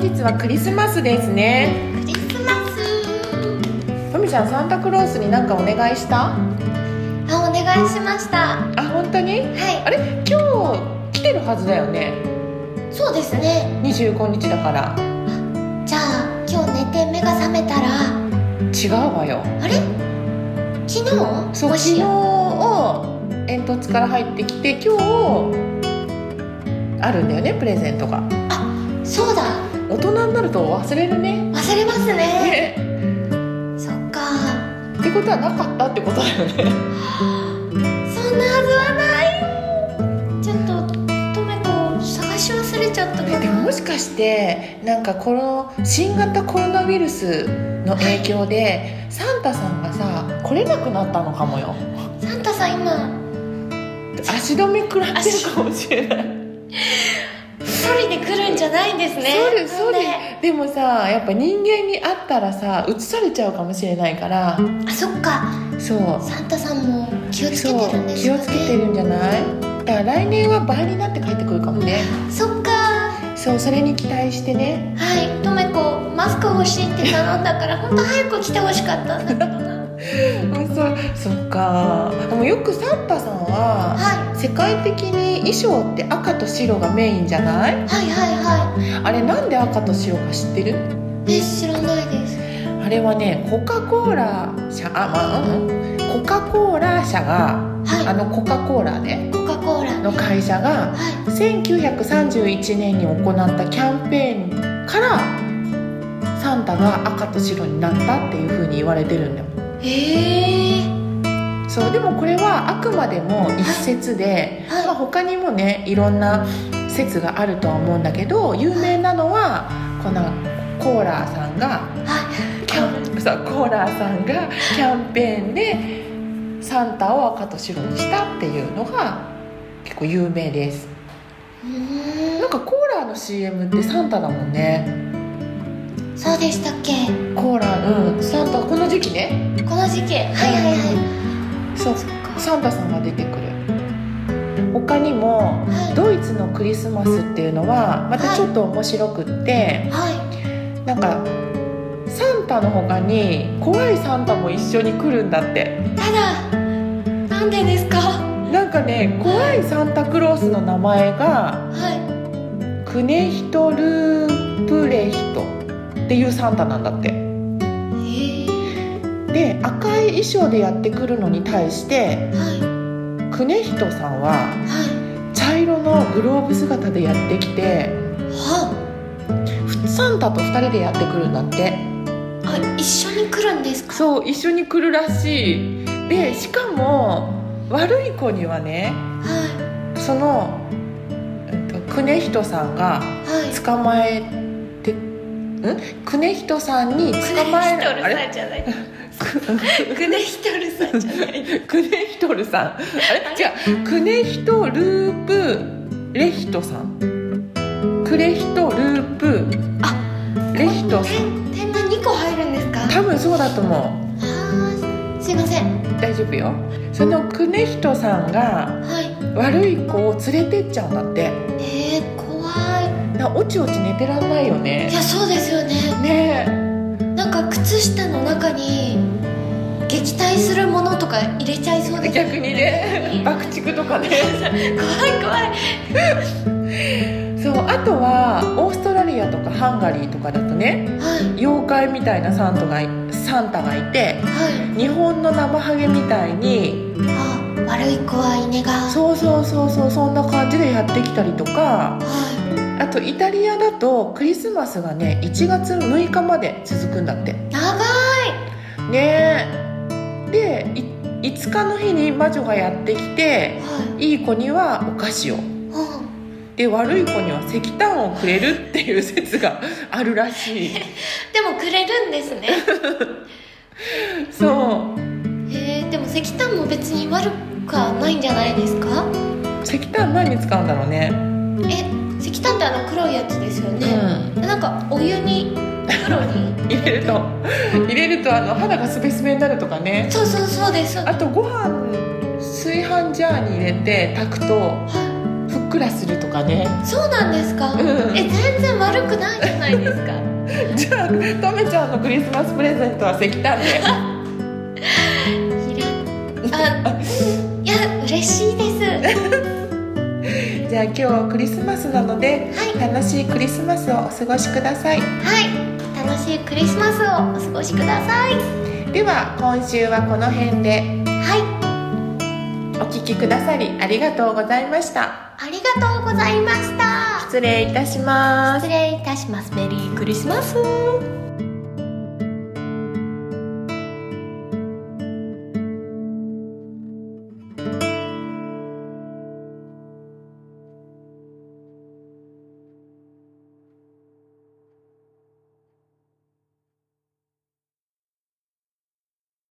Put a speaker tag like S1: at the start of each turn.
S1: 日はクリスマスですね
S2: クリスマス
S1: とみちゃんサンタクロースに何かお願いした
S2: あお願いしました
S1: あ本当に
S2: は
S1: あれ今日来てるはずだよね
S2: いそうですね
S1: 25日だから
S2: じゃあ今日寝て目が覚めたら
S1: 違うわよ
S2: あれ昨日
S1: そう
S2: も
S1: 昨
S2: し
S1: 日を煙突から入ってきて今日あるんだよねプレゼントが
S2: そうだ
S1: 大人になると忘れるね
S2: 忘れますね
S1: ね
S2: そっか
S1: ってことはなかったってことだよね
S2: そんなはずはないちょっととめこを探し忘れちゃったか
S1: でも
S2: な
S1: もしかしてなんかこの新型コロナウイルスの影響でサンタさんがさ来れなくなったのかもよ
S2: サンタさん今
S1: 足止め食らってるかもしれない
S2: 一人で来るんじゃないんですね
S1: そうですそうです
S2: なん
S1: でもさやっぱ人間に会ったらさうつされちゃうかもしれないから
S2: あそっか
S1: そう
S2: サンタさんも気をつけ
S1: そう
S2: てるんです
S1: 気
S2: よ
S1: を
S2: ね
S1: つけてるんじゃないだから来年は倍になって帰ってくるかもね
S2: そっかは
S1: そうそれに期待してね
S2: いとめこマスク欲しいって頼んだから本当早く来てほしかっ たんだけどな
S1: うんそうそっかでもよくサンタさんは
S2: は
S1: 世界的に衣装って赤と白がメインじゃない
S2: いはいはいは
S1: あれなんで赤と白か知ってる
S2: いえ知らないです
S1: あれはねコカ・コーラ社あまあうんコカ・コーラ社があ
S2: はい
S1: のコカ・コーラね
S2: コカ・コーラ
S1: の会社が
S2: は
S1: 1931年に行ったキャンペーンからサンタが赤と白になったっていうふうに言われてるんだよ
S2: いへえ
S1: そうでもこれはあくまでも一説で、
S2: はい
S1: まあ、他にもねいろんな説があるとは思うんだけど有名なのはこのコーラーさんが
S2: はい
S1: キャンそうコーラーさんがキャンペーンでサンタを赤と白にしたっていうのが結構有名です
S2: うー
S1: なんかコーラの CM ってサンタだもんね
S2: んそうでしたっけ
S1: コーラうんサンタこの時期ね
S2: この時期はいはいは
S1: そう
S2: いか
S1: サンタさんが出てくる他にも
S2: はい
S1: ドイツのクリスマスっていうのはまたちょっと面白くって、
S2: はい
S1: なんかサンタの他に怖いサンタも一緒に来るんだって
S2: ただなんでですかは
S1: なんかね怖いサンタクロースの名前が
S2: い
S1: クネヒト・ループレヒトっていうサンタなんだって
S2: へえ
S1: で赤い衣装でやってくるのに対して
S2: はい
S1: クネヒトさんは
S2: は
S1: 茶色のグローブ姿でやってきて
S2: いは
S1: ふサンタと2人でやってくるんだって
S2: あ一緒に来るんですか
S1: そう一緒に来るらしいでしかも悪い子にはね
S2: は
S1: その、えっと、クネヒトさんが
S2: いはい
S1: 捕まえてんクネヒトさんに捕まえあれ
S2: じゃない
S1: く
S2: グネヒトルさんじゃない
S1: クネヒトルさんあれ違うクネヒトループレヒトさんクレヒトループレヒトさん
S2: 点点が二個入るんですかあ
S1: 多分そうだと思
S2: ーすいません
S1: う大丈夫よそのクネヒトさんが
S2: はい
S1: 悪い子を連れてっちゃうんだって
S2: えー、怖
S1: なおちおち寝てらんないよ
S2: いい
S1: ね
S2: やそうですよね
S1: ね
S2: なんか靴下の中に撃退するものとか入れちゃいそう
S1: え
S2: です
S1: 逆にね爆竹とかね
S2: 怖い怖い
S1: そうあとはオーストラリアとかハンガリーとかだとね
S2: はい
S1: 妖怪みたいなサンタがいサンタがいて
S2: はい
S1: 日本のナマハゲみたいに
S2: あ悪い子は稲がは
S1: そうそうそうそうそんな感じでやってきたりとかあとイタリアだとクリスマスがね1月6日まで続くんだって
S2: い長い
S1: ねえでい5日の日に魔女がやってきて
S2: はい
S1: いい子にはお菓子を
S2: うん
S1: で悪い子には石炭をくれるっていう説があるらしい
S2: でもくれるんですね
S1: そ
S2: えー、でも石炭も別に悪くはないんじゃないですか
S1: う石炭何に使うんだろうね
S2: え石炭ってあの黒いやつですよ
S1: う
S2: ね、
S1: ん
S2: なんかお湯に黒 に
S1: 入れると入れるとあの肌がスベスベになるとかね
S2: そうそうそうです
S1: あとご飯炊飯ジャーに入れて炊くと
S2: は
S1: ふっくらするとかね
S2: そうなんですか、
S1: うん
S2: え全然悪くないじゃないです か
S1: じゃあとめちゃんのクリスマスプレゼントは石炭で
S2: いらあいや嬉しいです
S1: じゃあ今日はクリスマスなので
S2: はい
S1: 楽しいクリスマスをお過ごしください
S2: はい楽しいクリスマスをお過ごしください
S1: では今週はこの辺で
S2: はい
S1: お聞きくださりありがとうございました
S2: ありがとうございました
S1: 失礼いたします
S2: 失礼いたしますメリークリスマス